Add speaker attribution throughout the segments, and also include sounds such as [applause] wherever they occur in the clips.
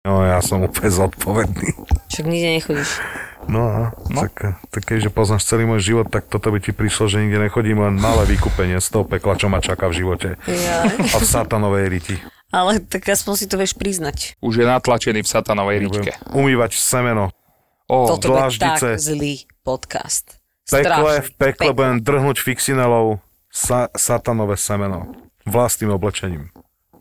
Speaker 1: No ja som úplne zodpovedný.
Speaker 2: Však nikde nechodíš.
Speaker 1: No a no. Tak, tak keďže poznáš celý môj život, tak toto by ti prišlo, že nikde nechodím, len malé vykúpenie z toho pekla, čo ma čaká v živote.
Speaker 2: Ja.
Speaker 1: A v satanovej riti.
Speaker 2: Ale tak aspoň si to vieš priznať.
Speaker 3: Už je natlačený v satanovej ričke.
Speaker 1: Umývať semeno.
Speaker 3: Ó,
Speaker 2: Toto bude tak
Speaker 1: dláždice.
Speaker 2: zlý podcast.
Speaker 1: Pekle, v pekle
Speaker 2: Pekle.
Speaker 1: budem drhnúť fixinelov sa, satanové semeno. Vlastným oblečením.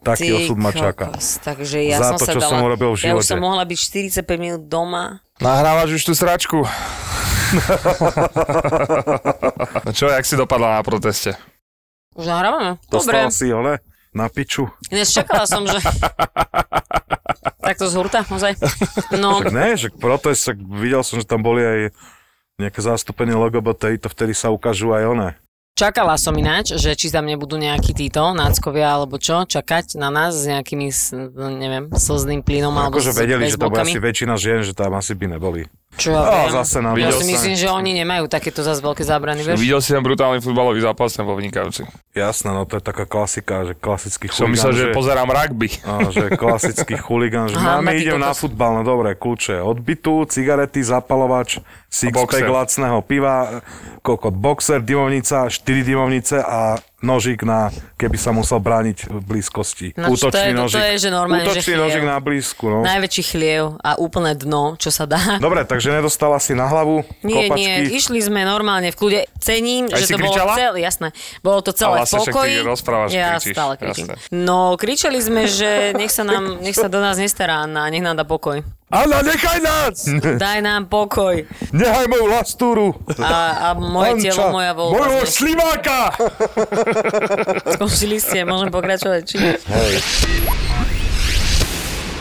Speaker 1: Taký
Speaker 2: Ty
Speaker 1: osud ma čaká.
Speaker 2: kokos, Takže ja
Speaker 1: Za
Speaker 2: som
Speaker 1: to,
Speaker 2: sa
Speaker 1: čo
Speaker 2: dala,
Speaker 1: som urobil v
Speaker 2: Ja už
Speaker 1: živote.
Speaker 2: som mohla byť 45 minút doma.
Speaker 3: Nahrávaš už tú sračku. [laughs] no čo, jak si dopadla na proteste?
Speaker 2: Už nahrávame?
Speaker 1: Dostal
Speaker 2: Dobre.
Speaker 1: si ho, ne? Na piču.
Speaker 2: Ináč čakala som,
Speaker 1: [laughs]
Speaker 2: že... Takto z hurta, naozaj. No,
Speaker 1: Tak ne, že protest, tak videl som, že tam boli aj nejaké zastúpenie LGBTI, to vtedy sa ukážu aj one.
Speaker 2: čakala som ináč, že či tam nebudú nejakí títo náckovia alebo čo, čakať na nás s nejakými, s- neviem, slzným plynom alebo
Speaker 1: Akože
Speaker 2: s
Speaker 1: vedeli, že tam bude
Speaker 2: baseballkami.
Speaker 1: asi väčšina žien, že tam asi by neboli.
Speaker 2: Čo ja
Speaker 1: A
Speaker 2: viem.
Speaker 1: zase nám
Speaker 2: ja
Speaker 3: Videl
Speaker 2: si
Speaker 3: som.
Speaker 2: myslím, že oni nemajú takéto zase veľké zábrany, vieš?
Speaker 3: Videl si ten brutálny futbalový zápas, ten bol vynikajúci.
Speaker 1: Jasné, no to je taká klasika, že klasický chuligán.
Speaker 3: Som myslel, že pozerám rugby.
Speaker 1: Áno,
Speaker 3: [laughs]
Speaker 1: že klasický chuligán, že
Speaker 2: Aha,
Speaker 1: máme,
Speaker 2: taký
Speaker 1: idem na
Speaker 2: kokos.
Speaker 1: futbal, no dobre, kľúče odbytu, cigarety, zapalovač, sixpack
Speaker 3: boxer.
Speaker 1: lacného piva, kokot, boxer, dymovnica, štyri dymovnice a nožík na, keby sa musel brániť v blízkosti.
Speaker 2: No, čo to je- toto je, že normálne, že
Speaker 1: Útočný
Speaker 2: chlieb.
Speaker 1: nožík na blízku, no.
Speaker 2: Najväčší chliev a úplné dno, čo sa dá.
Speaker 3: No,
Speaker 1: Dobre, takže nedostala si na hlavu
Speaker 2: [laughs] Nie,
Speaker 1: kopačky.
Speaker 2: nie, išli sme normálne v kľude. Cením,
Speaker 3: Aj
Speaker 2: že
Speaker 3: si
Speaker 2: to bolo
Speaker 3: kričala?
Speaker 2: celé, jasné. Bolo to celé
Speaker 3: Ale
Speaker 2: v
Speaker 3: asi však ty
Speaker 2: pokoji.
Speaker 3: rozprávaš,
Speaker 2: ja
Speaker 3: kričíš,
Speaker 2: stále kričím.
Speaker 3: jasné.
Speaker 2: No, kričali sme, že nech sa, nám, nech sa do nás nestará Anna, nech nám dá pokoj.
Speaker 1: Anna, nechaj
Speaker 3: [laughs]
Speaker 1: nás!
Speaker 2: Daj nám pokoj.
Speaker 1: Nechaj moju lastúru!
Speaker 2: A, a moje
Speaker 1: Anča,
Speaker 2: telo, moja voľba.
Speaker 1: Mojho
Speaker 2: Sme-
Speaker 1: slimáka!
Speaker 2: [laughs] Skončili ste, môžem pokračovať. Či...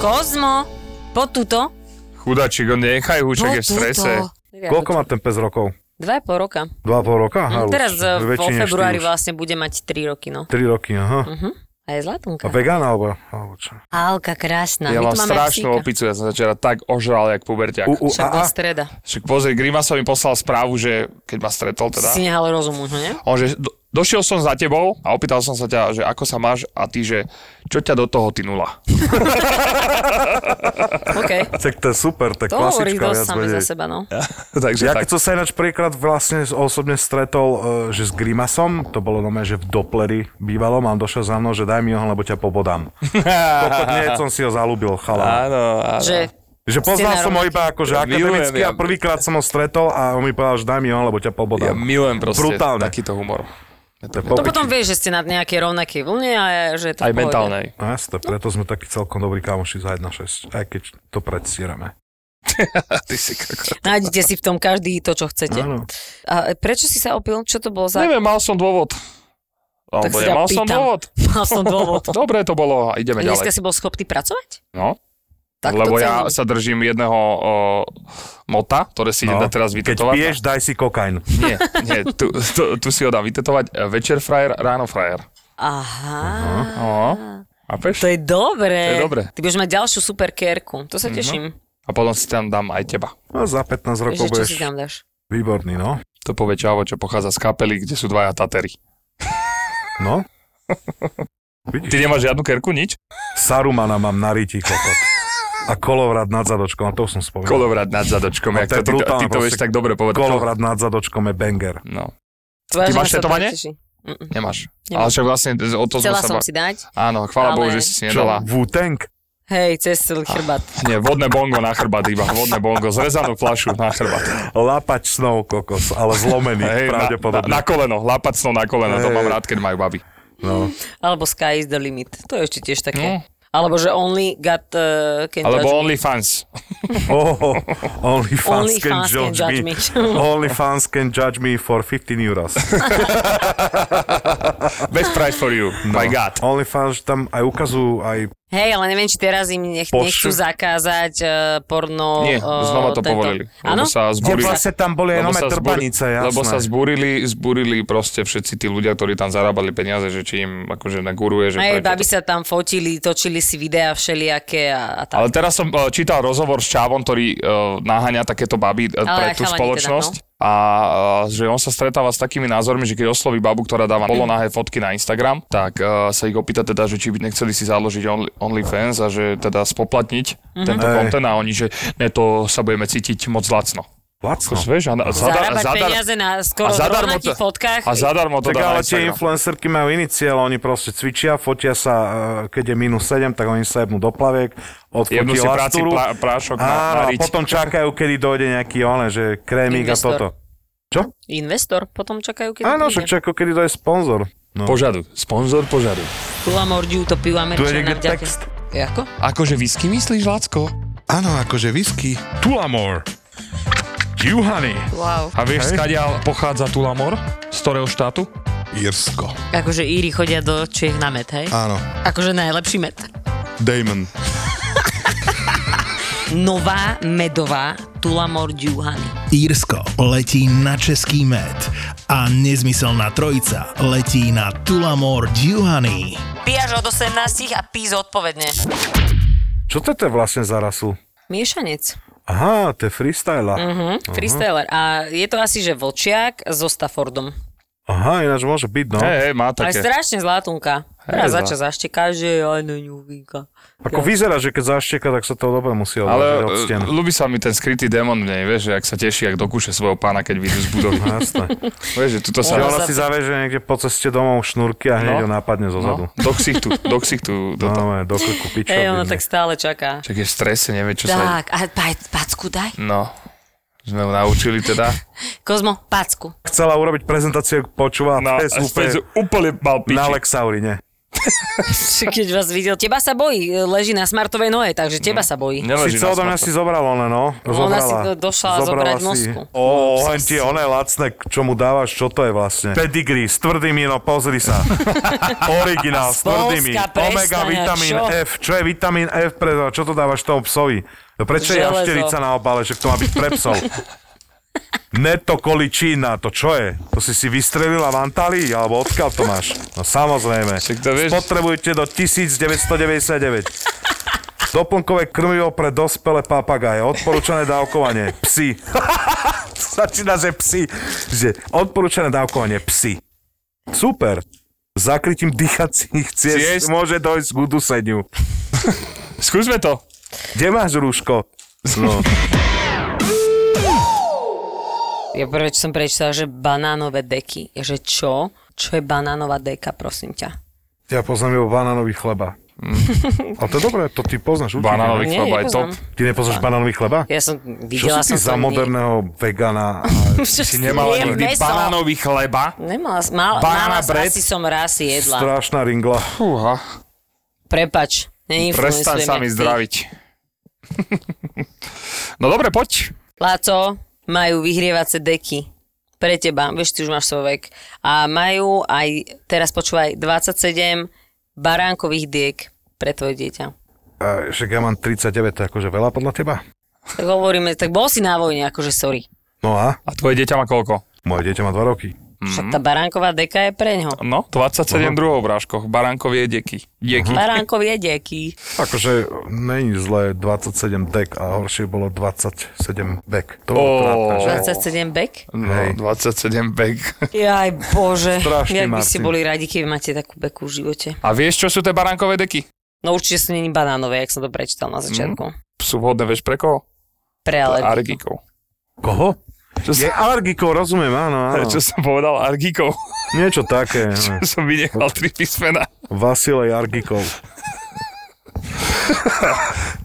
Speaker 2: Kozmo, po tuto.
Speaker 3: Chudačík, on nechaj
Speaker 2: Po
Speaker 3: húček, je v strese.
Speaker 2: tuto.
Speaker 1: [laughs] Koľko má ten pes rokov?
Speaker 2: Dva a pol roka.
Speaker 1: Dva a pol roka? Aha,
Speaker 2: No,
Speaker 1: už
Speaker 2: teraz e, vo
Speaker 1: väčšine
Speaker 2: februári
Speaker 1: štyri už.
Speaker 2: vlastne bude mať 3 roky, no.
Speaker 1: Tri roky, aha.
Speaker 2: A je
Speaker 1: A
Speaker 2: zlatunka.
Speaker 1: vegán alebo, alebo čo?
Speaker 2: Alka krásna.
Speaker 3: Ja
Speaker 2: My
Speaker 3: mám
Speaker 2: tu máme aj
Speaker 3: strašnú
Speaker 2: psíka.
Speaker 3: opicu, ja som sa včera tak ožral, jak puberťak.
Speaker 1: U, u,
Speaker 2: Však
Speaker 1: a, a,
Speaker 2: od streda.
Speaker 3: Však pozri, Grimasa mi poslal správu, že keď ma stretol teda.
Speaker 2: Si nehal rozumu, no nie?
Speaker 3: On že do, došiel som za tebou a opýtal som sa ťa, že ako sa máš a ty, že čo ťa do toho ty nula.
Speaker 2: OK.
Speaker 1: tak to je super, tak
Speaker 2: To hovorí
Speaker 1: klasička
Speaker 2: dosť
Speaker 1: viac
Speaker 2: same za
Speaker 1: vedieť.
Speaker 2: seba, no.
Speaker 3: [laughs] Takže
Speaker 1: Ja
Speaker 3: tak.
Speaker 1: keď som sa ináč prvýkrát vlastne osobne stretol, e, že s Grimasom, to bolo doma, že v Dopleri bývalo, mám došiel za mnou, že daj mi ho, lebo ťa pobodám. Kokot, nie, som si ho zalúbil, chala.
Speaker 3: Áno, áno.
Speaker 2: Že
Speaker 1: Že poznal
Speaker 2: Ste
Speaker 1: som ho iba akože akademicky
Speaker 3: milujem,
Speaker 1: a
Speaker 3: ja-
Speaker 1: prvýkrát som ho stretol a on mi povedal, že daj mi ho, lebo ťa
Speaker 3: Ja
Speaker 1: pobodám.
Speaker 3: milujem proste
Speaker 1: Brutálne.
Speaker 3: takýto humor.
Speaker 1: To je
Speaker 2: to
Speaker 1: popiči.
Speaker 2: potom vieš, že ste na nejakej rovnakej vlne a že je to v
Speaker 3: Aj
Speaker 2: pohode.
Speaker 3: mentálnej.
Speaker 1: No jasne, preto sme takí celkom dobrí kamoši za 1.6, aj keď to predstierame.
Speaker 3: Ty si kako.
Speaker 2: Nájdete si v tom každý to, čo chcete.
Speaker 1: Áno.
Speaker 2: A prečo si sa opil? Čo to bolo za...
Speaker 3: Neviem, mal som dôvod. Alebo
Speaker 2: si ťa
Speaker 3: ja mal som
Speaker 2: pýtam.
Speaker 3: dôvod.
Speaker 2: [laughs] Mal som
Speaker 3: [laughs]
Speaker 2: dôvod.
Speaker 3: Dobre to bolo a ideme
Speaker 2: Dneska
Speaker 3: ďalej.
Speaker 2: si bol schopný pracovať?
Speaker 3: No,
Speaker 2: Tak
Speaker 3: lebo
Speaker 2: to
Speaker 3: ja
Speaker 2: cením.
Speaker 3: sa držím jedného o, mota, ktoré si no,
Speaker 1: No,
Speaker 3: idem dať teraz
Speaker 1: keď
Speaker 3: vytetovať.
Speaker 1: piješ, daj si kokain.
Speaker 3: Nie, nie, tu, tu, tu si ho dám vytetovať. E, Večer frajer, ráno frajer.
Speaker 2: Aha.
Speaker 3: No. A
Speaker 2: Ah. To
Speaker 3: peš?
Speaker 2: je dobré.
Speaker 3: To je dobré.
Speaker 2: Ty budeš mať ďalšiu super kérku. To sa teším.
Speaker 3: A potom si tam dám aj teba.
Speaker 1: No za 15
Speaker 2: Že
Speaker 1: rokov
Speaker 2: čo
Speaker 1: budeš
Speaker 2: si tam dáš?
Speaker 1: výborný, no.
Speaker 3: To povie čavo, čo pochádza z kapely, kde sú dvaja tatery. [laughs]
Speaker 1: No.
Speaker 3: Ty nemáš žiadnu kerku, nič?
Speaker 1: Sarumana mám na riti kokot. A kolovrat nad zadočkom, a to už som spomenul.
Speaker 3: Kolovrat nad zadočkom,
Speaker 1: No,
Speaker 3: jak
Speaker 1: to
Speaker 3: to,
Speaker 1: je
Speaker 3: ty, to, ty
Speaker 1: brutálne,
Speaker 3: to vieš
Speaker 1: proste.
Speaker 3: tak dobre povedať.
Speaker 1: Kolovrat nad zadočkom je banger.
Speaker 3: No,
Speaker 2: Tvoja
Speaker 3: Ty
Speaker 2: žena
Speaker 3: máš
Speaker 2: sa tak
Speaker 3: tetovanie?
Speaker 2: teší. Mm-mm.
Speaker 3: nemáš.
Speaker 2: Nemám.
Speaker 3: Ale však vlastne o to
Speaker 2: Chcela
Speaker 3: sme sa...
Speaker 2: som
Speaker 3: ba-
Speaker 2: si dať.
Speaker 3: Áno, chvála
Speaker 2: Ale-
Speaker 3: Bohu, že si si
Speaker 1: Čo,
Speaker 3: nedala.
Speaker 1: Wu-Tang?
Speaker 2: Hej, cez celý chrbát.
Speaker 3: Nie, vodné bongo na chrbát iba, vodné bongo, zrezanú flašu na chrbát.
Speaker 1: Lapač snov kokos, ale zlomený
Speaker 3: [laughs] Hej, na, na,
Speaker 1: pravdepodobne.
Speaker 3: na koleno, lapať snou na koleno, to
Speaker 1: Hej.
Speaker 3: mám rád, keď majú baby.
Speaker 1: No.
Speaker 2: Alebo Sky is the limit. To je ešte tiež také.
Speaker 3: Ah. No.
Speaker 2: Alebo že only got uh, can
Speaker 3: Alebo
Speaker 2: judge me.
Speaker 3: OnlyFans.
Speaker 1: Oh, only fans
Speaker 2: Only
Speaker 1: can,
Speaker 2: fans
Speaker 1: judge,
Speaker 2: can
Speaker 1: me.
Speaker 2: judge me.
Speaker 1: only fans can judge me for 15 euros.
Speaker 3: Best price for you.
Speaker 1: No.
Speaker 3: My God.
Speaker 1: Only fans tam aj ukazujú aj...
Speaker 2: Hej, ale neviem, či teraz im nech,
Speaker 1: Pošu-
Speaker 2: nechcú zakázať uh, porno...
Speaker 3: Nie,
Speaker 2: eh,
Speaker 3: znova to
Speaker 2: tento.
Speaker 3: povolili.
Speaker 2: Áno?
Speaker 3: Lebo
Speaker 1: Kde
Speaker 3: sa zburili.
Speaker 1: vlastne tam boli aj nové
Speaker 3: sa zbúri-
Speaker 1: trbanice, jasné.
Speaker 3: lebo sa zburili, zburili proste všetci tí ľudia, ktorí tam zarábali peniaze, že či im akože naguruje, že
Speaker 2: Hej,
Speaker 3: prečo
Speaker 2: baby sa tam fotili, točili si videá všelijaké a, a tak.
Speaker 3: Ale teraz som eh, čítal rozhovor s Čávom, ktorý eh, naháňa takéto baby eh,
Speaker 2: aj chalani
Speaker 3: pre tú
Speaker 2: teda, no.
Speaker 3: spoločnosť. A eh, že on sa stretáva s takými názormi, že keď osloví babu, ktorá dáva polonahé fotky na Instagram, tak eh, sa ich opýta teda, že či by nechceli si založiť only, OnlyFans a že teda spoplatniť
Speaker 2: Mhm.
Speaker 3: tento
Speaker 1: Hej.
Speaker 3: kontent a oni, že ne, to sa budeme cítiť moc lacno.
Speaker 1: Lacno.
Speaker 3: Kus, vieš, a, a zadar,
Speaker 2: Zarábať
Speaker 3: zadar,
Speaker 2: peniaze na skoro
Speaker 3: a zadarmo
Speaker 2: rovnakých
Speaker 3: to-
Speaker 2: fotkách.
Speaker 3: a zadarmo to
Speaker 1: Tak
Speaker 3: dá na
Speaker 1: ale tie
Speaker 3: Instagram.
Speaker 1: influencerky majú iný cieľ, oni proste cvičia, fotia sa, e, keď je minus 7, tak oni sa jebnú do plaviek,
Speaker 3: Jebnú
Speaker 1: odfotí
Speaker 3: si práci
Speaker 1: lasturu.
Speaker 3: plá, prášok na, na
Speaker 1: Áno, a
Speaker 3: riť.
Speaker 1: potom čakajú, kedy dojde nejaký one, že krémik a
Speaker 2: Investor.
Speaker 1: toto. Čo?
Speaker 2: Investor, potom čakajú, keď
Speaker 1: Áno, však čakajú, kedy dojde sponzor. No.
Speaker 3: Požadu. Sponzor požadu.
Speaker 2: Pula mordiu, to
Speaker 1: Tu
Speaker 2: pivo
Speaker 1: je
Speaker 2: američana
Speaker 1: niekde
Speaker 2: vďaka.
Speaker 1: text.
Speaker 2: Ako?
Speaker 3: Akože whisky myslíš, Lacko?
Speaker 4: Áno, akože whisky. Tulamore. Juhany.
Speaker 2: Wow.
Speaker 3: A vieš,
Speaker 1: Hej.
Speaker 3: skadiaľ pochádza Tulamor? Z ktorého štátu?
Speaker 4: Irsko.
Speaker 2: Akože Íri chodia do Čiech na med, hej?
Speaker 4: Áno.
Speaker 2: Akože najlepší med.
Speaker 4: Damon.
Speaker 2: Nová medová Tula Mordiu Honey.
Speaker 5: Írsko letí na český med a nezmyselná trojica letí na Tulamore Duhany.
Speaker 2: Píjaš od 18 a pí zodpovedne.
Speaker 1: Čo toto je vlastne za rasu?
Speaker 2: Miešanec.
Speaker 1: Aha, to je freestyler.
Speaker 2: Hm? Freestyler. A je to asi, že vlčiak so Staffordom.
Speaker 1: Aha, ináč môže byť, no.
Speaker 3: Hej, hej, má
Speaker 2: Ale
Speaker 3: také.
Speaker 2: strašne zlatunka. Teraz
Speaker 3: zlá.
Speaker 2: začas zašteká, že aj no, na ňu vinka.
Speaker 1: Ako vyzerá, že keď zaštieka, tak sa to dobre musí odložiť
Speaker 3: Ale
Speaker 1: od
Speaker 3: e,
Speaker 1: stien.
Speaker 3: ľúbi sa mi ten skrytý démon v nej, vieš, že ak sa teší, ak dokúše svojho pána, keď vyjdu z [laughs] budovy.
Speaker 1: No, Jasné.
Speaker 3: vieš, že tuto
Speaker 1: Že
Speaker 3: sa...
Speaker 2: No.
Speaker 1: ona si zaveže niekde po ceste domov šnúrky a hneď
Speaker 3: No.
Speaker 1: ho nápadne zo zadu.
Speaker 3: No, do ksichtu, do ksichtu. Do...
Speaker 1: No, no, do krku pičo.
Speaker 2: Hej, ona tak stále čaká.
Speaker 3: Čak je v strese, nevie, čo sa...
Speaker 2: Tak, a pa- packu daj.
Speaker 3: No, sme ho naučili teda.
Speaker 2: Kozmo, [laughs] packu.
Speaker 1: Chcela urobiť prezentáciu, počúva no,
Speaker 3: No, a úplne, No, úplne mal piči.
Speaker 1: na Lexaurine.
Speaker 2: Či Keď vás videl, teba sa bojí, leží na smartovej nohe, takže teba sa bojí.
Speaker 3: Neleží
Speaker 1: Sice
Speaker 3: na
Speaker 1: odo mňa
Speaker 3: smrti.
Speaker 1: si zobrala ona, no. Zobrala.
Speaker 2: si do- došla zobrať nosku.
Speaker 1: Ó, len tie one lacné, k- čo mu dávaš, čo to je vlastne? Pedigree s tvrdými, no pozri
Speaker 2: [laughs]
Speaker 1: sa. Originál s tvrdými.
Speaker 2: Polska, prestaň,
Speaker 1: Omega,
Speaker 2: a
Speaker 1: vitamín
Speaker 2: čo?
Speaker 1: F. Čo je vitamín F? Pre, čo to dávaš tomu psovi? No prečo je
Speaker 2: Železo.
Speaker 1: jašterica na obale, že to má byť pre
Speaker 2: [laughs]
Speaker 1: psov? Neto količína, to čo je? To si si vystrelila v Antalii, alebo odkiaľ to máš? No samozrejme.
Speaker 3: Však to vieš.
Speaker 1: Spotrebujte do 1999. Doplnkové krmivo pre dospelé papagaje. Odporúčané dávkovanie. Psi. [laughs] Začína, že psi. Že odporúčané dávkovanie. Psi. Super. Zakrytím dýchacích ciest,
Speaker 3: Ciest.
Speaker 1: môže dojsť k uduseniu.
Speaker 3: Skúsme to.
Speaker 1: Kde máš rúško? No.
Speaker 2: Ja prvé, čo som prečítala, že banánové deky. Ja, že čo? Čo je banánová deka, prosím ťa?
Speaker 1: Ja poznám iba banánový chleba. Ale to je dobré, to ty poznáš určite.
Speaker 3: Mm. Banánový
Speaker 2: Nie,
Speaker 3: chleba je top.
Speaker 2: nepoznám.
Speaker 1: Ty nepoznáš banánový chleba?
Speaker 2: Ja som
Speaker 1: Čo
Speaker 2: videla
Speaker 1: si ty
Speaker 2: som
Speaker 1: za
Speaker 2: to nie-
Speaker 1: moderného
Speaker 2: [laughs]
Speaker 1: vegana?
Speaker 2: Čo si
Speaker 3: Nemala
Speaker 2: jem
Speaker 3: nikdy
Speaker 2: meso.
Speaker 3: banánový chleba.
Speaker 2: Nemala, mal,
Speaker 3: Banana
Speaker 2: mala,
Speaker 3: bread.
Speaker 2: asi som raz jedla.
Speaker 1: Strašná
Speaker 2: [laughs]
Speaker 1: ringla.
Speaker 3: Fúha.
Speaker 2: Prepač, neinfluencujem.
Speaker 3: Prestaň sa mi zdraviť. no dobre, poď.
Speaker 2: Láco, majú vyhrievace deky pre teba, vieš, ty už máš svoj vek. A majú aj, teraz počúvaj, 27 baránkových diek pre tvoje dieťa.
Speaker 1: A E, však ja mám 39, to je akože veľa podľa teba.
Speaker 2: Tak hovoríme, tak bol si na vojne, akože sorry.
Speaker 1: No a?
Speaker 3: A tvoje dieťa má koľko?
Speaker 1: Moje dieťa má 2 roky.
Speaker 3: Mhm.
Speaker 2: Však tá baránková deka je pre ňo.
Speaker 3: No, 27 uh-huh. druhov v Ráškoch, baránkovie deky. Dieky.
Speaker 2: Baránkovie deky.
Speaker 1: Akože není zlé 27 dek a horšie bolo 27 bek. To bolo
Speaker 3: Ó.
Speaker 1: trápne, že?
Speaker 2: 27 bek?
Speaker 1: Hej.
Speaker 3: No, 27 bek.
Speaker 2: Jaj bože,
Speaker 1: Strašný,
Speaker 2: jak by ste
Speaker 1: Martin.
Speaker 2: boli radi, keby máte takú beku v živote.
Speaker 3: A vieš, čo sú tie baránkové deky?
Speaker 2: No určite sú není banánové, jak som to
Speaker 1: Mhm.
Speaker 2: prečítal na začiatku.
Speaker 3: Sú vhodné, vieš, pre koho?
Speaker 2: Pre
Speaker 3: Pre
Speaker 2: alergiku.
Speaker 3: Argikov.
Speaker 1: Koho?
Speaker 3: Čo,
Speaker 1: Je
Speaker 3: som,
Speaker 1: alergikov, rozumiem, áno, áno.
Speaker 3: čo som povedal Argikov?
Speaker 1: Niečo také. no.
Speaker 3: [laughs] som vynechal tri písmena.
Speaker 1: Vasilej Argikov.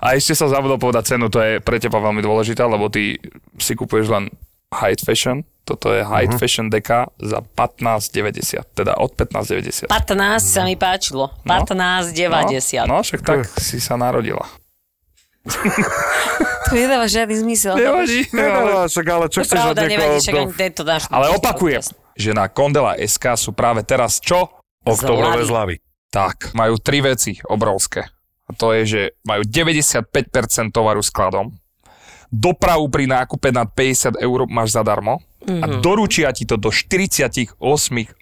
Speaker 3: A ešte sa zabudol povedať cenu, to je pre teba veľmi dôležité, lebo ty si kupuješ len High Fashion. Toto je High Fashion deka za 15,90. Teda od 15,90.
Speaker 2: 15 sa mi páčilo.
Speaker 1: No.
Speaker 2: 15,90.
Speaker 3: No, no však tak si sa narodila.
Speaker 2: To nedáva žiadny zmysel.
Speaker 3: Nevadí.
Speaker 1: No, Nedáva, však, ale čo
Speaker 2: To
Speaker 1: chceš od
Speaker 2: pravda nevadí,
Speaker 1: niekoho,
Speaker 2: však
Speaker 1: kto...
Speaker 2: ani tento dáš.
Speaker 3: Ale opakujem, že na Kondela SK sú práve teraz čo?
Speaker 1: Oktobrové
Speaker 2: Zlavy.
Speaker 1: zlavy.
Speaker 3: Tak, majú tri veci obrovské. A to je, že majú 95% tovaru skladom, dopravu pri nákupe nad 50 eur máš zadarmo a doručia ti to do 48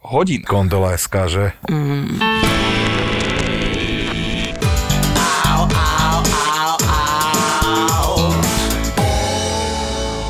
Speaker 3: hodín.
Speaker 1: Kondola SK, že? Mm.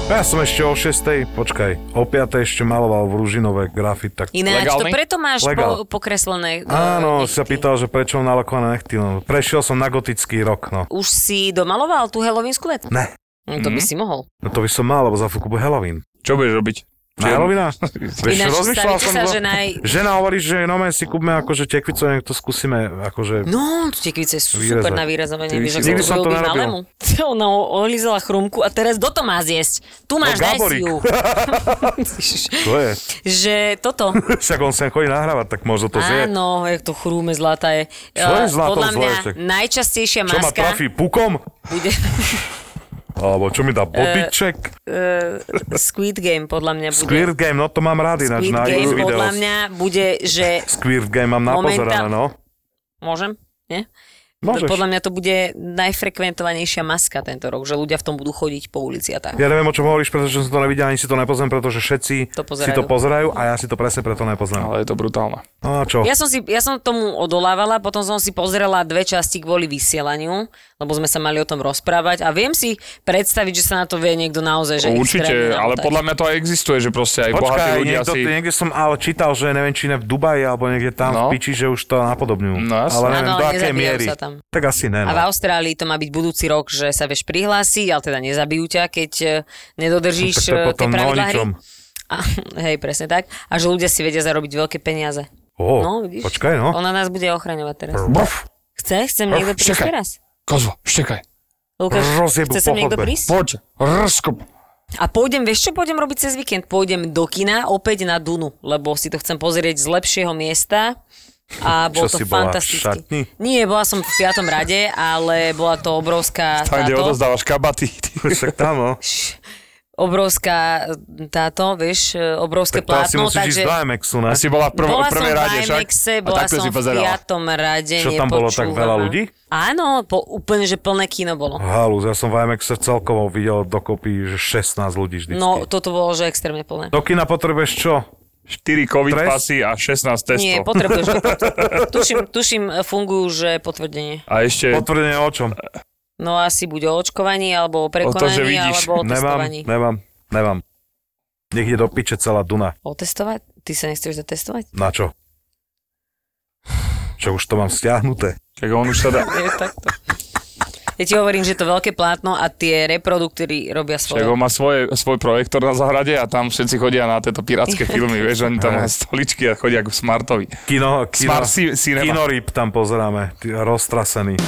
Speaker 1: Ja som ešte o 6. počkaj, o 5. ešte maloval v Ružinové grafit, tak...
Speaker 2: Ináč, to
Speaker 3: Legálny?
Speaker 2: preto máš
Speaker 1: Legál.
Speaker 2: po, pokreslené. e,
Speaker 1: Áno,
Speaker 2: nechty.
Speaker 1: sa pýtal, že prečo mám nalakované nechty, no prešiel som na gotický rok, no.
Speaker 2: Už si domaloval tú helovínsku vetu?
Speaker 1: Ne,
Speaker 2: No, to by si mohol.
Speaker 1: no to by som mal, lebo za fuku bude Halloween.
Speaker 3: Čo budeš robiť?
Speaker 1: Na Halloweena? Vieš,
Speaker 2: Ináč,
Speaker 1: rozmýšľal
Speaker 2: stavíte
Speaker 1: som...
Speaker 2: sa,
Speaker 1: no-
Speaker 2: že naj-
Speaker 1: Žena hovorí, že no si kúpme akože tekvicu, nejak to skúsime, akože...
Speaker 2: No, tie kvice sú
Speaker 1: Výrazné.
Speaker 2: super na vyrazovanie.
Speaker 3: Ty
Speaker 2: Vieš,
Speaker 3: si-
Speaker 1: Nikdy som to
Speaker 2: robí
Speaker 1: nerobil.
Speaker 2: malému. [laughs] Ona o- olízala chrumku a teraz do to má zjesť. Tu máš, daj si
Speaker 1: No, Gáborík. [laughs]
Speaker 2: ju.
Speaker 1: To
Speaker 2: [laughs]
Speaker 1: je.
Speaker 2: že toto.
Speaker 1: Však on sem chodí nahrávať, tak možno to zje.
Speaker 2: Áno, jak to chrúme zlatá je.
Speaker 1: Čo je
Speaker 2: Eh,
Speaker 1: zlatom
Speaker 2: Podľa mňa
Speaker 1: zlé, však?
Speaker 2: najčastejšia
Speaker 1: Čo ma
Speaker 2: maska
Speaker 1: trafí pukom?
Speaker 2: bude [laughs]
Speaker 1: Alebo čo mi
Speaker 2: E,
Speaker 1: dá bodyček?
Speaker 2: eh, Squid Game, podľa mňa bude.
Speaker 1: Squirt Game, no to mám rád ináč
Speaker 2: Squid
Speaker 1: na
Speaker 2: Game,
Speaker 1: video.
Speaker 2: podľa mňa bude, že...
Speaker 1: Squirt Game mám napozerané,
Speaker 2: Momentál-
Speaker 1: no.
Speaker 2: Môžem? Nie?
Speaker 1: Môžeš.
Speaker 2: Podľa mňa to bude najfrekventovanejšia maska tento rok, že ľudia v tom budú chodiť po ulici a tak.
Speaker 1: Ja neviem, o čom hovoríš, pretože som to nevidel, ani si to nepoznám, pretože všetci
Speaker 2: To
Speaker 1: si
Speaker 2: pozerajú.
Speaker 1: to pozerajú a ja si to presne preto nepoznám.
Speaker 3: Ale je to brutálne.
Speaker 1: No a čo?
Speaker 2: Ja som, si, ja som tomu odolávala, potom som si pozrela dve časti kvôli vysielaniu, lebo sme sa mali o tom rozprávať a viem si predstaviť, že sa na to vie niekto naozaj, že no, extrémne
Speaker 3: Určite, ale
Speaker 2: namontať.
Speaker 3: podľa mňa to aj existuje, že proste aj bohatí
Speaker 1: Počkaj,
Speaker 3: ľudia
Speaker 1: niekto,
Speaker 3: si...
Speaker 1: niekde som ale čítal, že neviem, či ne v Dubaji alebo niekde tam v
Speaker 3: No.
Speaker 1: piči, že už to napodobňujú.
Speaker 3: No, jasné.
Speaker 1: ale neviem,
Speaker 2: Áno,
Speaker 1: do
Speaker 2: ale
Speaker 1: akej
Speaker 2: nezabíjajú
Speaker 1: miery.
Speaker 2: sa tam.
Speaker 1: Tak asi ne.
Speaker 2: A v
Speaker 1: No.
Speaker 2: Austrálii to má byť budúci rok, že sa vieš prihlásiť, ale teda nezabijú ťa, keď eh, nedodržíš
Speaker 1: Tak to je
Speaker 2: eh, tie
Speaker 1: potom na
Speaker 2: pravidlá hry.
Speaker 1: ničom.
Speaker 2: A, [laughs] hej, presne tak. A že ľudia si vedia zarobiť veľké peniaze.
Speaker 1: Oh,
Speaker 2: No, vidíš?
Speaker 1: Počkaj, no.
Speaker 2: Ona nás bude ochraňovať teraz.
Speaker 3: Brf,
Speaker 2: Chce? Chcem niekto prísť
Speaker 3: čakaj.
Speaker 2: teraz?
Speaker 3: kozva, štekaj,
Speaker 2: Lukáš,
Speaker 1: Rozjebu
Speaker 2: chce sem
Speaker 1: po
Speaker 2: niekto
Speaker 1: chodbe.
Speaker 2: prísť?
Speaker 3: poď, rozkop.
Speaker 2: A pôjdem, vieš čo pôjdem robiť cez víkend? Pôjdem do kina opäť na Dunu, lebo si to chcem pozrieť z lepšieho miesta. A
Speaker 1: Čo
Speaker 2: bol to
Speaker 1: si bola, v
Speaker 2: fantastické.
Speaker 1: šatni?
Speaker 2: Nie, bola som v piatom rade, ale bola to obrovská
Speaker 3: Tam, kde
Speaker 2: táto,
Speaker 3: odozdávaš kabaty.
Speaker 1: Však tam,
Speaker 2: [laughs]
Speaker 1: no.
Speaker 2: obrovská táto, vieš, e,
Speaker 1: Tak
Speaker 2: obrovské
Speaker 1: to asi
Speaker 2: plátno,
Speaker 1: musíš ísť
Speaker 2: takže
Speaker 1: do IMAXu, ne?
Speaker 3: Asi bola v prv,
Speaker 2: bola
Speaker 3: prvej
Speaker 2: som v
Speaker 3: rade, však?
Speaker 2: IMAXe,
Speaker 3: A
Speaker 2: bola
Speaker 3: takto
Speaker 2: som
Speaker 3: si
Speaker 2: v
Speaker 3: pozerala.
Speaker 2: piatom rade,
Speaker 1: Čo tam bolo, tak
Speaker 2: nepočúvaná.
Speaker 1: veľa ľudí?
Speaker 2: Áno, po, úplne, že plné kino bolo.
Speaker 1: Halus, ja som v IMAXe celkovo videl dokopy že 16 ľudí vždycky.
Speaker 2: No, toto bolo, že extrémne plné.
Speaker 1: Do kina potrebuješ čo?
Speaker 3: 4 covid
Speaker 1: Trest?
Speaker 3: pasy a 16 testov.
Speaker 2: Nie,
Speaker 3: [laughs]
Speaker 2: potrebuješ. tuším, tuším, e, fungujú, že potvrdenie.
Speaker 3: a ešte
Speaker 1: Potvrdenie o čom?
Speaker 2: No asi buď o očkovaní, alebo o
Speaker 3: to, že
Speaker 2: prekonaní,
Speaker 3: vidíš.
Speaker 2: alebo
Speaker 1: Nemám,
Speaker 2: o testovaní.
Speaker 1: nemám, nemám. Nech ide do piče celá Duna.
Speaker 2: Otestovať? Ty sa nechceš zatestovať?
Speaker 1: Na čo? Čo už to mám stiahnuté?
Speaker 3: Tak on už teda- sa dá...
Speaker 2: Je takto. Ja ti hovorím, že to veľké plátno a tie reproduktory robia
Speaker 3: Tak
Speaker 2: svoje.
Speaker 3: on má svoje, svoj projektor na zahrade a tam všetci chodia na tieto pirátske filmy, vieš, oni
Speaker 1: [laughs]
Speaker 3: tam majú stoličky a chodia ako smartovi.
Speaker 1: Kino, kino,
Speaker 3: Smart ci- cinema.
Speaker 1: kino ryb tam pozeráme, ty, roztrasený.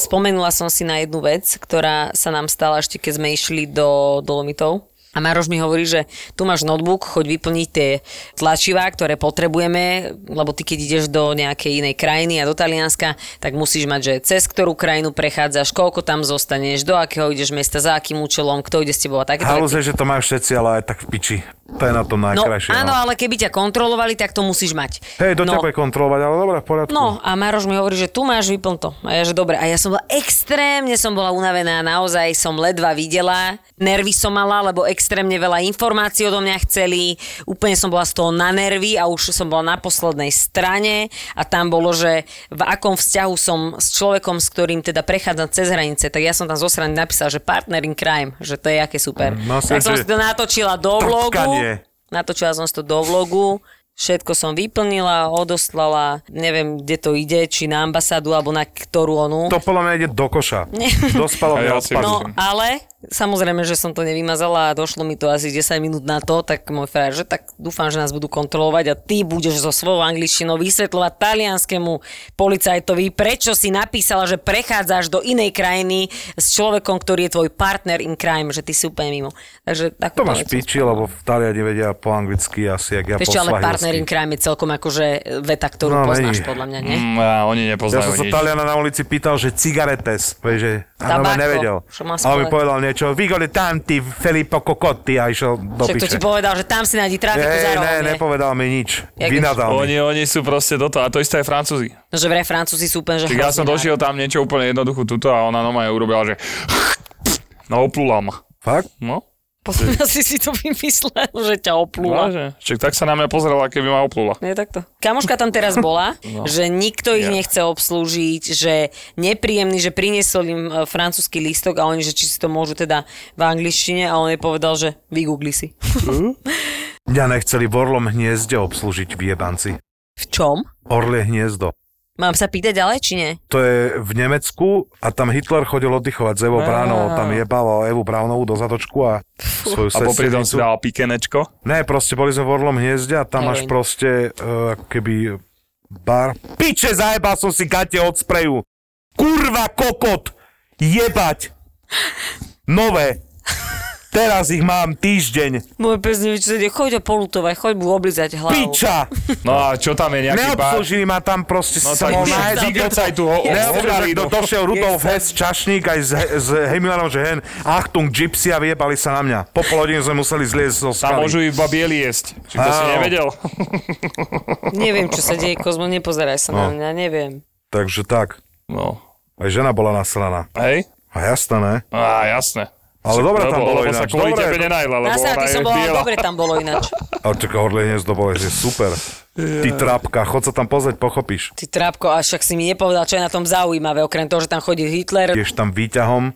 Speaker 2: Spomenula som si na jednu vec, ktorá sa nám stala ešte, keď sme išli do Dolomitov. A Maroš mi hovorí, že tu máš notebook, choď vyplniť tie tlačivá, ktoré potrebujeme, lebo ty keď ideš do nejakej inej krajiny a do Talianska, tak musíš mať, že cez ktorú krajinu prechádzaš, koľko tam zostaneš, do akého ideš mesta, za akým účelom, kto ide s tebou a takéto
Speaker 1: Halus
Speaker 2: veci.
Speaker 1: je, že to majú všetci, ale aj tak v piči. To je na tom
Speaker 2: No
Speaker 1: najkrajšie.
Speaker 2: áno, ale keby ťa kontrolovali, tak to musíš mať.
Speaker 1: Hej, do
Speaker 2: no,
Speaker 1: ťa bude kontrolovať, ale dobre, v poriadku.
Speaker 2: No a Maroš mi hovorí, že tu máš vyplň to. A ja, že dobre. A ja som bola extrémne som bola unavená, naozaj som ledva videla. Nervy som mala, lebo extrémne veľa informácií odo mňa chceli. Úplne som bola z toho na nervy a už som bola na poslednej strane a tam bolo, že v akom vzťahu som s človekom, s ktorým teda prechádzam cez hranice, tak ja som tam zo strany napísala, že partner in crime, že to je aké super.
Speaker 1: No,
Speaker 2: tak som
Speaker 1: že-
Speaker 2: si to natočila do vlogu.
Speaker 1: Trtkanie.
Speaker 2: Natočila som si to do vlogu, všetko som vyplnila, odoslala, neviem, kde to ide, či na ambasádu, alebo na ktorú onu.
Speaker 1: To podľa mňa ide do koša. Do
Speaker 3: A ja
Speaker 1: spalovne
Speaker 3: si-
Speaker 1: odpadu.
Speaker 2: No, ale Samozrejme, že som to nevymazala a došlo mi to asi 10 minút na to, tak môj frajer, že tak dúfam, že nás budú kontrolovať a ty budeš so svojou angličtinou vysvetľovať talianskému policajtovi, prečo si napísala, že prechádzaš do inej krajiny s človekom, ktorý je tvoj partner in crime, že ty si úplne mimo. Takže tak
Speaker 1: To máš piči, lebo v Taliani vedia po anglicky asi, jak ja po
Speaker 2: Ešte ale partner
Speaker 1: svahilsky.
Speaker 2: in crime je celkom akože veta,
Speaker 1: No,
Speaker 2: ktorú poznáš
Speaker 1: není.
Speaker 2: podľa mňa, nie?
Speaker 3: Mm, a oni
Speaker 1: Ja
Speaker 3: nepoznajú
Speaker 1: som sa
Speaker 3: nič.
Speaker 1: Taliana na ulici pýtal, že cigaretes, vieš, že a
Speaker 2: Tabako,
Speaker 1: normálne nevedel.
Speaker 2: čo
Speaker 1: A on
Speaker 2: má
Speaker 1: mi
Speaker 2: spoločné.
Speaker 1: povedal niečo, vigole tanti, Filippo Cocotti a išiel do
Speaker 2: Však to
Speaker 1: piče.
Speaker 2: ti povedal, že tam si nájdi trafiku za
Speaker 1: Hej,
Speaker 2: rohom,
Speaker 1: ne,
Speaker 2: nie?
Speaker 1: nepovedal mi nič.
Speaker 2: Jak-
Speaker 1: Vynadal mi.
Speaker 3: Oni, oni sú proste toto, a to isté aj Francúzi.
Speaker 2: No, že vraj Francúzi sú úplne, že
Speaker 3: Tak ja som
Speaker 2: hrozný
Speaker 3: došiel tam niečo úplne jednoduchú tuto a ona normálne urobila, že [laughs] no oplula ma.
Speaker 1: Fakt?
Speaker 3: No,
Speaker 2: národ. Potom si si to vymyslel, [laughs] že ťa oplúva.
Speaker 3: vážne. Čiže tak sa na mňa pozrela, keby ma oplula.
Speaker 2: Nie takto. Kamoška tam teraz
Speaker 3: [laughs]
Speaker 2: bola, no. že nikto ich
Speaker 3: Ja.
Speaker 2: nechce obslúžiť, že nepríjemný, že priniesol im e, francúzsky lístok a oni, že či si to môžu teda v angličtine a on jej povedal, že vygoogli si.
Speaker 1: Mňa nechceli v Orlom hniezde obslúžiť viebanci.
Speaker 2: v čom?
Speaker 1: Orlie hniezdo.
Speaker 2: Mám sa pýtať ďalej, či nie?
Speaker 1: To je v Nemecku a tam Hitler chodil oddychovať s Evo Bránovou, tam jebalo Evu Bránovú do zadočku a svoju
Speaker 3: A popri tom teda si
Speaker 1: sestricu.
Speaker 3: dala pikenečko.
Speaker 1: Ne, proste boli sme v Orlom hniezde a tam máš
Speaker 2: Heroin.
Speaker 1: proste uh, ako keby bar. Piče, zajebal som si gate od spreju. Kurva kokot! Jebať! Nové! Teraz ich mám týždeň.
Speaker 2: Môj pes nevie, čo sa deje. Choď ho polutovať, choď mu oblizať hlavu.
Speaker 1: Piča!
Speaker 3: No a čo tam je nejaký bar?
Speaker 1: Neobslúžili ma tam proste no,
Speaker 3: No tak
Speaker 1: som mohol
Speaker 3: už
Speaker 1: nájsť.
Speaker 3: vygrcaj tu ho,
Speaker 1: Neobslúžili,
Speaker 3: hogarínu.
Speaker 1: do, došiel Rudolf Hess, Čašník aj s, He- s Hemilanom, že hen Achtung Gypsy a vyjebali sa na mňa. Po pol hodine sme museli zliezť zo
Speaker 3: Tam
Speaker 1: skaly.
Speaker 3: môžu iba bieli jesť. Či to si
Speaker 1: Áno.
Speaker 3: nevedel?
Speaker 2: Neviem, čo sa deje, Kozmo, nepozeraj sa
Speaker 1: No.
Speaker 2: na mňa, neviem.
Speaker 1: Takže tak.
Speaker 3: No.
Speaker 1: Aj žena bola nasraná.
Speaker 3: Hej?
Speaker 1: A jasné, ne?
Speaker 3: Á, jasné.
Speaker 1: Ale dobre tam
Speaker 3: lebo,
Speaker 1: bolo
Speaker 3: lebo sa
Speaker 1: ináč.
Speaker 3: kvôli
Speaker 1: Dobre.
Speaker 3: tebe nenajla, lebo
Speaker 2: Na ty
Speaker 3: ona je
Speaker 2: som bola, ale
Speaker 3: biela.
Speaker 2: dobre tam bolo ináč.
Speaker 1: Ale čaká, Orlie hniezdo bolo, že super. Ty trapka, chod sa tam pozrieť, pochopíš.
Speaker 2: Ty trápko, a však si mi nepovedal, čo je na tom zaujímavé, okrem toho, že tam chodí Hitler.
Speaker 1: Ideš tam výťahom,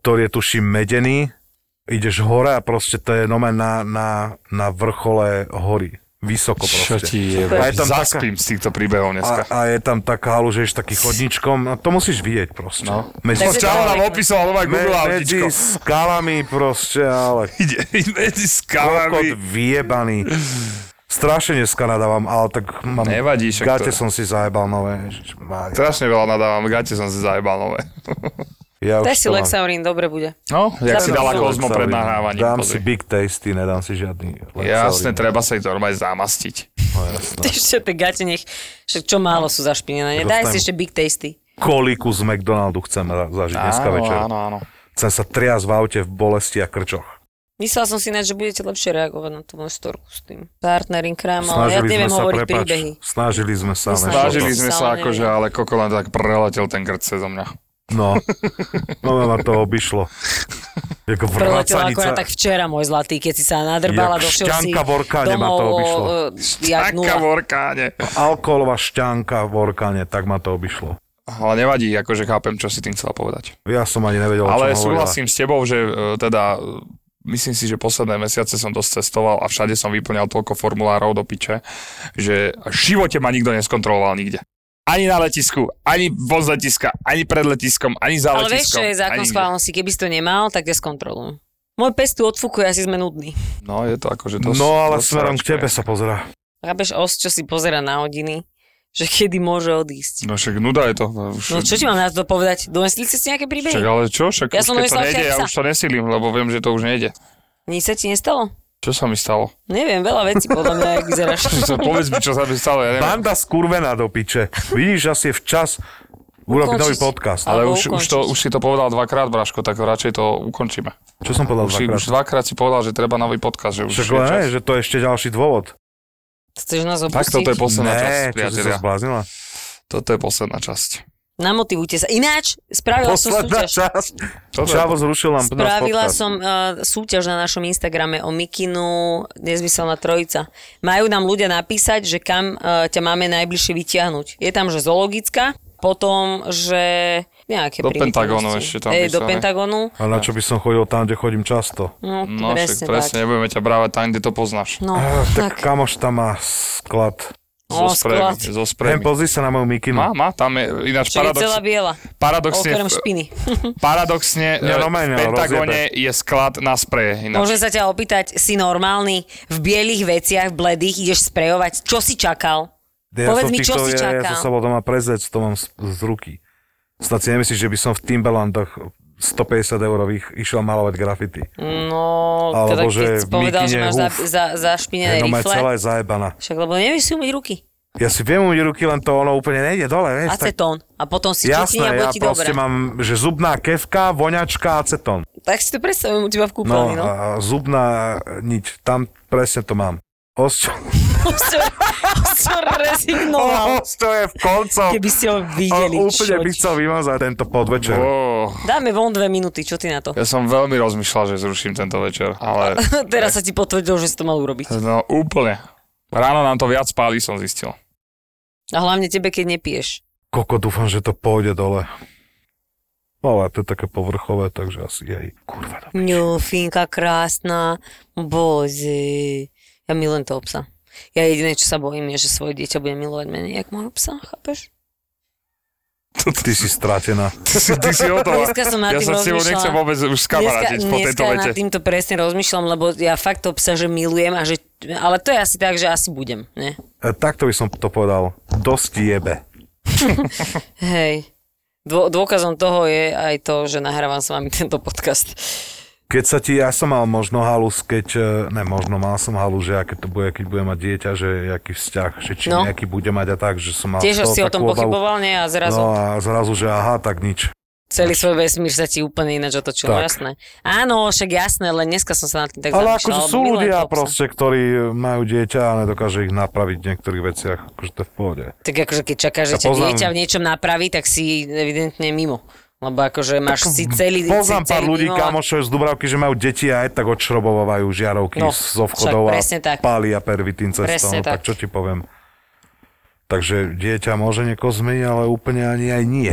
Speaker 1: ktorý je tuším medený, ideš hore a proste to je nome na, na, na vrchole hory. Vysoko
Speaker 3: Čo
Speaker 1: proste.
Speaker 3: ti je?
Speaker 1: A je tam
Speaker 3: Zaspím z týchto príbehov
Speaker 1: A,
Speaker 3: dneska.
Speaker 1: a je tam taká halu, že ješ taký chodničkom, no to musíš vidieť proste.
Speaker 3: No.
Speaker 1: Medzi,
Speaker 2: Takže
Speaker 1: ská-
Speaker 3: Čau nám opisoval nové
Speaker 1: me,
Speaker 3: Google
Speaker 1: medzi
Speaker 3: autičko.
Speaker 1: skalami proste, ale
Speaker 3: Ide medzi
Speaker 1: kokot
Speaker 3: skalami.
Speaker 1: vyjebaný. Strašne dneska nadávam, ale tak mám...
Speaker 3: Nevadí, však to
Speaker 1: Gáte
Speaker 3: je.
Speaker 1: som si zajebal nové. Ježišmária.
Speaker 3: Strašne veľa nadávam, gate som si zajebal
Speaker 1: [laughs]
Speaker 3: nové.
Speaker 1: Ja
Speaker 2: Daj
Speaker 1: už
Speaker 2: si
Speaker 1: to mám.
Speaker 2: Lexaurin, dobre bude.
Speaker 3: No, jak si
Speaker 2: Zapnul
Speaker 3: dala
Speaker 2: som.
Speaker 3: kozmo
Speaker 1: Lexaurin.
Speaker 3: pred nahrávaním.
Speaker 1: Dám si
Speaker 3: pozri.
Speaker 1: big tasty, nedám si žiadny Lexaurin.
Speaker 3: Jasne, treba sa ich normálne zamastiť.
Speaker 1: No, jasné.
Speaker 2: Ty ešte tie gate nech, však čo málo sú zašpinené, ne? Daj si
Speaker 1: Dostanem.
Speaker 2: ešte Big Tasty.
Speaker 1: Koliku z McDonaldu chcem ra- zažiť dneska
Speaker 3: Áno,
Speaker 1: večer.
Speaker 3: áno, áno.
Speaker 1: Chcem sa triasť v aute v bolesti a krčoch.
Speaker 2: Myslela som si ináč, že budete lepšie reagovať na tú moju storku s tým. Partner in crime, ale No, ja
Speaker 1: Snažili
Speaker 2: neviem
Speaker 1: sme sa,
Speaker 2: hovoriť
Speaker 1: prepač,
Speaker 2: príbehy.
Speaker 1: snažili sme sa. nešlo
Speaker 2: Nesnažili.
Speaker 1: to.
Speaker 3: Vážili sme sa
Speaker 2: Stále
Speaker 3: akože,
Speaker 2: neviem.
Speaker 3: ale koko len tak preletel ten krc cez mňa.
Speaker 1: No, no ma to obišlo. Jak
Speaker 2: Preletela akorát
Speaker 1: vracanica.
Speaker 2: tak včera, môj zlatý, keď si sa nadrbala,
Speaker 1: Jak
Speaker 2: došiel si
Speaker 1: šťanka v orkáne ma to
Speaker 2: domov o,
Speaker 1: obišlo.
Speaker 2: e, jak
Speaker 3: Taká v
Speaker 2: nula.
Speaker 3: orkáne.
Speaker 1: Alkoholová šťanka v orkáne, tak ma to obišlo.
Speaker 3: Ale nevadí, akože chápem, čo si tým chcela povedať.
Speaker 1: Ja som ani nevedel, o
Speaker 3: Ale
Speaker 1: čom hovorila.
Speaker 3: súhlasím s tebou, že e, teda e, myslím si, že posledné mesiace som dosť cestoval a všade som vyplňal toľko formulárov do piče, že v živote ma nikto neskontroloval nikde. Ani na letisku, ani voz letiska, ani pred letiskom, ani za
Speaker 2: Ale
Speaker 3: letiskom.
Speaker 2: vieš, čo je zákon
Speaker 3: ani nikde.
Speaker 2: schválnosti? Keby si to nemal, tak ťa skontrolujem. Môj pes tu odfúkuje, asi sme nudní.
Speaker 3: No, je to akože dosť...
Speaker 1: No ale
Speaker 3: dosť
Speaker 1: smerom k
Speaker 3: sračka.
Speaker 1: tebe sa pozera.
Speaker 2: Chápeš, os, čo si pozera na hodiny, že kedy môže odísť.
Speaker 3: No však nuda je to. No, už...
Speaker 2: No čo ti mám na to povedať? Donesli ste si nejaké
Speaker 3: Však
Speaker 2: príbehy?
Speaker 3: ale čo? Však
Speaker 2: Ja som
Speaker 3: už keď to
Speaker 2: myslela, že
Speaker 3: nejde,
Speaker 2: aj
Speaker 3: ja
Speaker 2: psa.
Speaker 3: už to nesilím, lebo viem, že to už nejde.
Speaker 2: Nič sa ti nestalo?
Speaker 3: Čo sa mi
Speaker 2: [laughs]
Speaker 3: stalo?
Speaker 2: Neviem, veľa vecí podľa mňa, jak
Speaker 3: [laughs]
Speaker 2: vyzeráš.
Speaker 3: Čo sa, povedz mi, čo sa mi stalo, ja neviem.
Speaker 1: Banda skurvená do piče. Vidíš, asi je včas urobiť nový
Speaker 2: Ukončiť.
Speaker 1: podcast.
Speaker 3: Ale
Speaker 2: Alebo
Speaker 3: už, už, to,
Speaker 2: ukončiť.
Speaker 3: už si to povedal dvakrát, Braško, tak radšej to ukončíme.
Speaker 1: Čo som povedal
Speaker 3: Už, si,
Speaker 1: dvakrát?
Speaker 3: už dvakrát si povedal, že treba nový podcast, že už
Speaker 1: Však
Speaker 3: je čas.
Speaker 1: ne, že to je ešte ďalší dôvod.
Speaker 2: Chceš nás
Speaker 3: Tak
Speaker 2: opustiť?
Speaker 3: toto je posledná časť,
Speaker 1: Ne, čo si
Speaker 3: priatelia.
Speaker 1: sa zbláznila?
Speaker 3: Toto je posledná časť.
Speaker 2: Namotivujte sa. Ináč, spravila som
Speaker 1: Posledná
Speaker 2: súťaž.
Speaker 1: časť.
Speaker 3: Toto je-
Speaker 1: Čavo zrušil nám náš
Speaker 2: Spravila
Speaker 1: podcast.
Speaker 2: som uh, súťaž na našom Instagrame o Mikinu Nezmyselná trojica. Majú nám ľudia napísať, že kam uh, ťa máme najbližšie vyťahnuť. Je tam, že zoologická, potom, že nejaké
Speaker 3: Do
Speaker 2: primitivnosti.
Speaker 3: Pentagónu ešte tam
Speaker 2: Ej, do
Speaker 3: písané.
Speaker 2: Pentagonu.
Speaker 1: Ale na čo by som chodil tam, kde chodím často?
Speaker 2: No,
Speaker 3: No,
Speaker 2: presne,
Speaker 3: však presne,
Speaker 2: tak.
Speaker 3: nebudeme ťa brávať tam, kde to poznáš.
Speaker 2: No,
Speaker 1: Ah,
Speaker 2: tak.
Speaker 1: tak kamoš tam má sklad.
Speaker 3: So
Speaker 2: Ó,
Speaker 3: sprejmi.
Speaker 2: sklad.
Speaker 3: So
Speaker 1: Len
Speaker 3: sprejmi.
Speaker 1: pozri sa na moju mikinu.
Speaker 3: Má, má, tam je ináč
Speaker 2: Čiže
Speaker 3: paradox,
Speaker 2: celá biela.
Speaker 3: paradoxne,
Speaker 2: Okrem
Speaker 3: v- [laughs]
Speaker 2: špiny. [laughs]
Speaker 3: paradoxne
Speaker 1: Mňa
Speaker 3: e,
Speaker 1: normálne
Speaker 3: v Pentagone je sklad na spreje. Ináč.
Speaker 2: Môžem sa ťa opýtať, si normálny, v bielých veciach, v bledých, ideš sprejovať, čo si čakal?
Speaker 1: Ja
Speaker 2: Povedz
Speaker 1: som
Speaker 2: mi,
Speaker 1: v
Speaker 2: čo si
Speaker 1: ja, ja
Speaker 2: čakal?
Speaker 1: som sa bol doma prezec, to mám z, z ruky. Snad si nemyslíš, že by som v Timberlandoch 150 eurových išiel malovať grafity.
Speaker 2: No, teda
Speaker 1: Alebo
Speaker 2: keď
Speaker 1: že
Speaker 2: si povedal, že
Speaker 1: mikine,
Speaker 2: máš za,
Speaker 1: huf.
Speaker 2: za, za špinené
Speaker 1: no ma je
Speaker 2: rifle.
Speaker 1: celá je zajebaná.
Speaker 2: Však lebo nevieš si umyť ruky.
Speaker 1: Ja si viem umyť ruky, len to ono úplne nejde dole, vieš. tak-
Speaker 2: Acetón. A potom si čutni a
Speaker 1: Jasné,
Speaker 2: bude
Speaker 1: ja
Speaker 2: ti
Speaker 1: proste
Speaker 2: dobre.
Speaker 1: mám, že zubná kevka, voňačka, acetón.
Speaker 2: Tak si to predstavujem u teba v
Speaker 1: No,
Speaker 2: kúpeľni, [laughs] no.
Speaker 1: a zubná nič, tam presne to mám. Osťo,
Speaker 2: Osťo, osťo
Speaker 1: [laughs]
Speaker 2: rezignoval.
Speaker 1: osťo je v koncoch.
Speaker 2: Keby ste ho videli.
Speaker 1: O, Oh, úplne
Speaker 2: čo
Speaker 1: by
Speaker 2: ti-
Speaker 1: chcel vymazať tento podvečer.
Speaker 3: Oh,
Speaker 2: Dáme von dve minúty, čo ty na to? [laughs]
Speaker 3: ja som veľmi rozmýšľal, že zruším tento večer, ale
Speaker 2: Teraz sa ti potvrdil, že si to mal urobiť.
Speaker 3: no úplne. Ráno nám to viac pálí, som zistil. [laughs]
Speaker 2: A hlavne tebe, keď nepiješ.
Speaker 1: Koko, dúfam, že to pôjde dole. No, ale to je také povrchové, takže asi jej. Kurva, dobre.
Speaker 2: Ňufinka krásna, bože. Ja milujem toho psa. Ja jediné, čo sa bojím, je, že svoje dieťa bude milovať menej, jak môjho psa, chápeš?
Speaker 1: Ty si stratená.
Speaker 3: Ty si, ty si hotová.
Speaker 2: Dneska som nad
Speaker 3: ja
Speaker 2: tým
Speaker 3: sa s tebou
Speaker 2: rozmýšľala.
Speaker 3: nechcem vôbec už skamarátiť po tejto
Speaker 2: dneska
Speaker 3: vete.
Speaker 2: nad týmto presne rozmýšľam, lebo ja fakt to psa, že milujem a že... Ale to je asi tak, že asi budem, ne?
Speaker 1: E, takto by som to povedal. Dosť jebe.
Speaker 2: Hej. Dô, dôkazom toho je aj to, že nahrávam s vami tento podcast.
Speaker 1: Keď sa ti, ja som mal možno halus, keď, e, ne možno, mal som halus, že aké to bude, keď budem mať dieťa, že aký vzťah, že či
Speaker 2: No.
Speaker 1: nejaký bude mať a tak, že som mal... z
Speaker 2: Tiež
Speaker 1: toho
Speaker 2: si o tom
Speaker 1: takú obavu.
Speaker 2: pochyboval, nie? A zrazu
Speaker 1: No a zrazu, že aha, tak nič.
Speaker 2: celý svoj vesmír sa ti úplne ináč otočil.
Speaker 1: Tak.
Speaker 2: Jasné. Áno, však jasné, len dneska som sa nad tým tak
Speaker 1: Ale
Speaker 2: zamýšľala,
Speaker 1: akože
Speaker 2: lebo
Speaker 1: sú
Speaker 2: milujem
Speaker 1: ľudia
Speaker 2: toho psa.
Speaker 1: proste, ktorí majú dieťa a nedokáže ich napraviť v niektorých veciach, akože to je v pohode.
Speaker 2: Tak akože keď čakáš, že
Speaker 1: Ja
Speaker 2: ťa
Speaker 1: poznám-
Speaker 2: dieťa v niečom napraví, tak si evidentne mimo. Lebo akože máš si celý...
Speaker 1: Poznám
Speaker 2: si celý
Speaker 1: pár ľudí,
Speaker 2: mimo a-
Speaker 1: kamošov z Dubravky, že majú deti a aj tak odšrobovávajú žiarovky
Speaker 2: No,
Speaker 1: no, zo vchodov
Speaker 2: však
Speaker 1: a
Speaker 2: presne tak.
Speaker 1: pália pervitín
Speaker 2: Presne
Speaker 1: cestou, no, tak.
Speaker 2: tak.
Speaker 1: čo ti poviem. Takže dieťa môže niekoho zmeniť, ale úplne ani aj nie.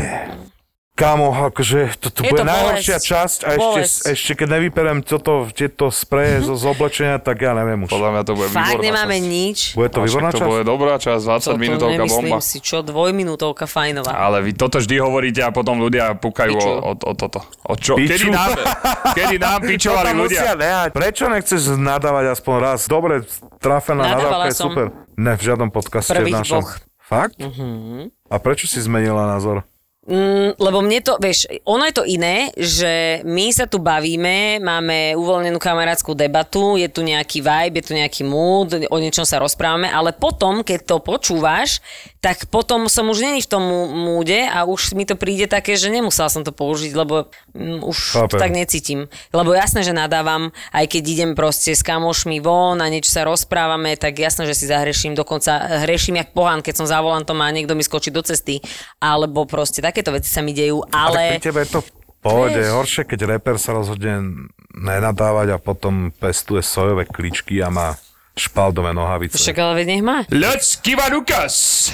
Speaker 1: Kámo, akože toto
Speaker 2: Je
Speaker 1: bude
Speaker 2: to bolesť.
Speaker 1: najhoršia časť a ešte,
Speaker 2: Bolesť.
Speaker 1: ešte keď nevyperem toto, tieto spreje zo z oblečenia, tak ja neviem už.
Speaker 3: Podľa mňa to bude
Speaker 2: Fakt
Speaker 3: výborná
Speaker 2: nemáme
Speaker 3: časť.
Speaker 2: nič.
Speaker 1: Bude to
Speaker 3: A však
Speaker 1: výborná
Speaker 3: to bude
Speaker 1: časť?
Speaker 3: dobrá časť, 20
Speaker 2: Toto
Speaker 3: minútovka
Speaker 2: nemyslím
Speaker 3: bomba.
Speaker 2: si, čo dvojminútovka fajnová.
Speaker 3: Ale vy toto vždy hovoríte a potom ľudia púkajú o,
Speaker 2: Pičujú.
Speaker 3: o, o toto. O čo?
Speaker 1: Pičujú.
Speaker 3: Kedy [laughs] nám, kedy nám pičovali
Speaker 1: Toto musia
Speaker 3: ľudia?
Speaker 1: nehať. Prečo nechceš nadávať aspoň raz? Dobre, trafená nadávka
Speaker 2: Nadávala
Speaker 1: je
Speaker 2: som.
Speaker 1: super. Ne, v žiadnom podcaste v
Speaker 2: Prvých
Speaker 1: našom.
Speaker 2: dvoch. Mhm.
Speaker 1: Fakt? Mm-hmm. A prečo si zmenila názor?
Speaker 2: Lebo mne to, vieš, ono je to iné, že my sa tu bavíme, máme uvoľnenú kamarátskú debatu, je tu nejaký vibe, je tu nejaký mood, o niečom sa rozprávame, ale potom, keď to počúvaš, tak potom som už není v tom mú- múde a už mi to príde také, že nemusela som to použiť, lebo mm, už to
Speaker 1: Chápem.
Speaker 2: tak necítim. Lebo jasné, že nadávam, aj keď idem proste s kamošmi von a niečo sa rozprávame, tak jasné, že si zahreším, dokonca hreším jak pohán, keď som za volantom a niekto mi skočí do cesty, alebo proste takéto veci sa mi dejú,
Speaker 1: Ale... Pri
Speaker 2: ale...
Speaker 1: tebe je to v pohode.
Speaker 2: Vieš.
Speaker 1: Je horšie, keď reper sa rozhodne nenadávať a potom pestuje sojové kličky a má špaldové nohavice.
Speaker 2: Však ale veď nech má.
Speaker 3: Let's give a Lucas!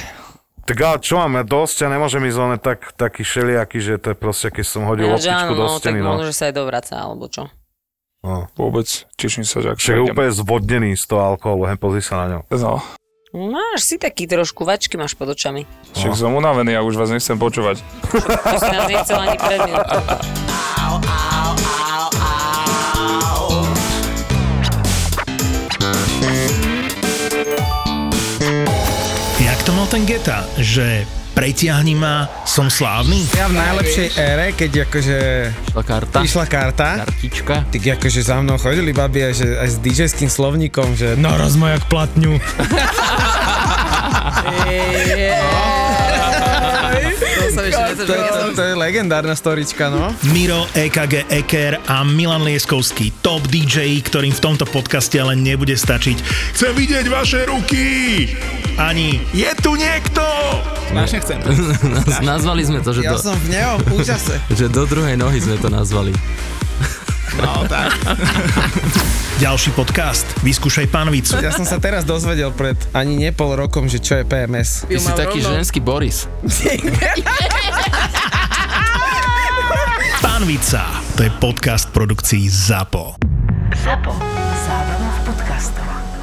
Speaker 1: Tak ale čo mám, ja dosť a nemôžem ísť len tak, taký šeliaký, že to je proste, keď som hodil
Speaker 2: Ináč,
Speaker 1: loptičku
Speaker 2: áno,
Speaker 1: do
Speaker 2: no, tak
Speaker 1: steny. No.
Speaker 2: možno, že sa aj dovraca, alebo čo.
Speaker 1: No.
Speaker 3: Vôbec, teším sa, že ak
Speaker 1: Však je úplne zvodnený z toho alkoholu, hen pozri sa na ňo.
Speaker 3: No,
Speaker 2: Máš si taký trošku, vačky máš pod očami.
Speaker 3: však som unavený a už vás nechcem počúvať.
Speaker 2: To si nás nechcel ani pred minútou.
Speaker 1: [laughs]
Speaker 5: Jak to mal ten Geta, že pretiahni ma, som slávny?
Speaker 6: Ja v najlepšej ére, keď akože
Speaker 7: Išla karta,
Speaker 6: išla karta,
Speaker 7: kartička.
Speaker 6: [laughs] tak akože za mnou chodili babi aj, že, aj s DJ-ským slovníkom, že no
Speaker 5: rozmajak platňu.
Speaker 7: To sa ešte nechceš
Speaker 6: to, to, to je legendárna storička, no.
Speaker 5: Miro, EKG Eker a Milan Lieskovský, top DJ, ktorým v tomto podcaste ale nebude stačiť. Chcem vidieť vaše ruky! Ani je tu niekto!
Speaker 6: Vážne chcem.
Speaker 7: Nazvali sme to, že,
Speaker 6: Ja
Speaker 7: do,
Speaker 6: som v neom, úžase.
Speaker 7: že do druhej nohy sme to nazvali.
Speaker 6: No tak.
Speaker 5: Ďalší podcast. Vyskúšaj [laughs] pánvicu.
Speaker 6: Ja som sa teraz dozvedel pred ani nepol rokom, že čo je PMS.
Speaker 7: Ty si taký ženský Boris.
Speaker 5: Pánvica. To je podcast produkcií ZAPO.
Speaker 8: Zapo. Zábrná v podcastovách.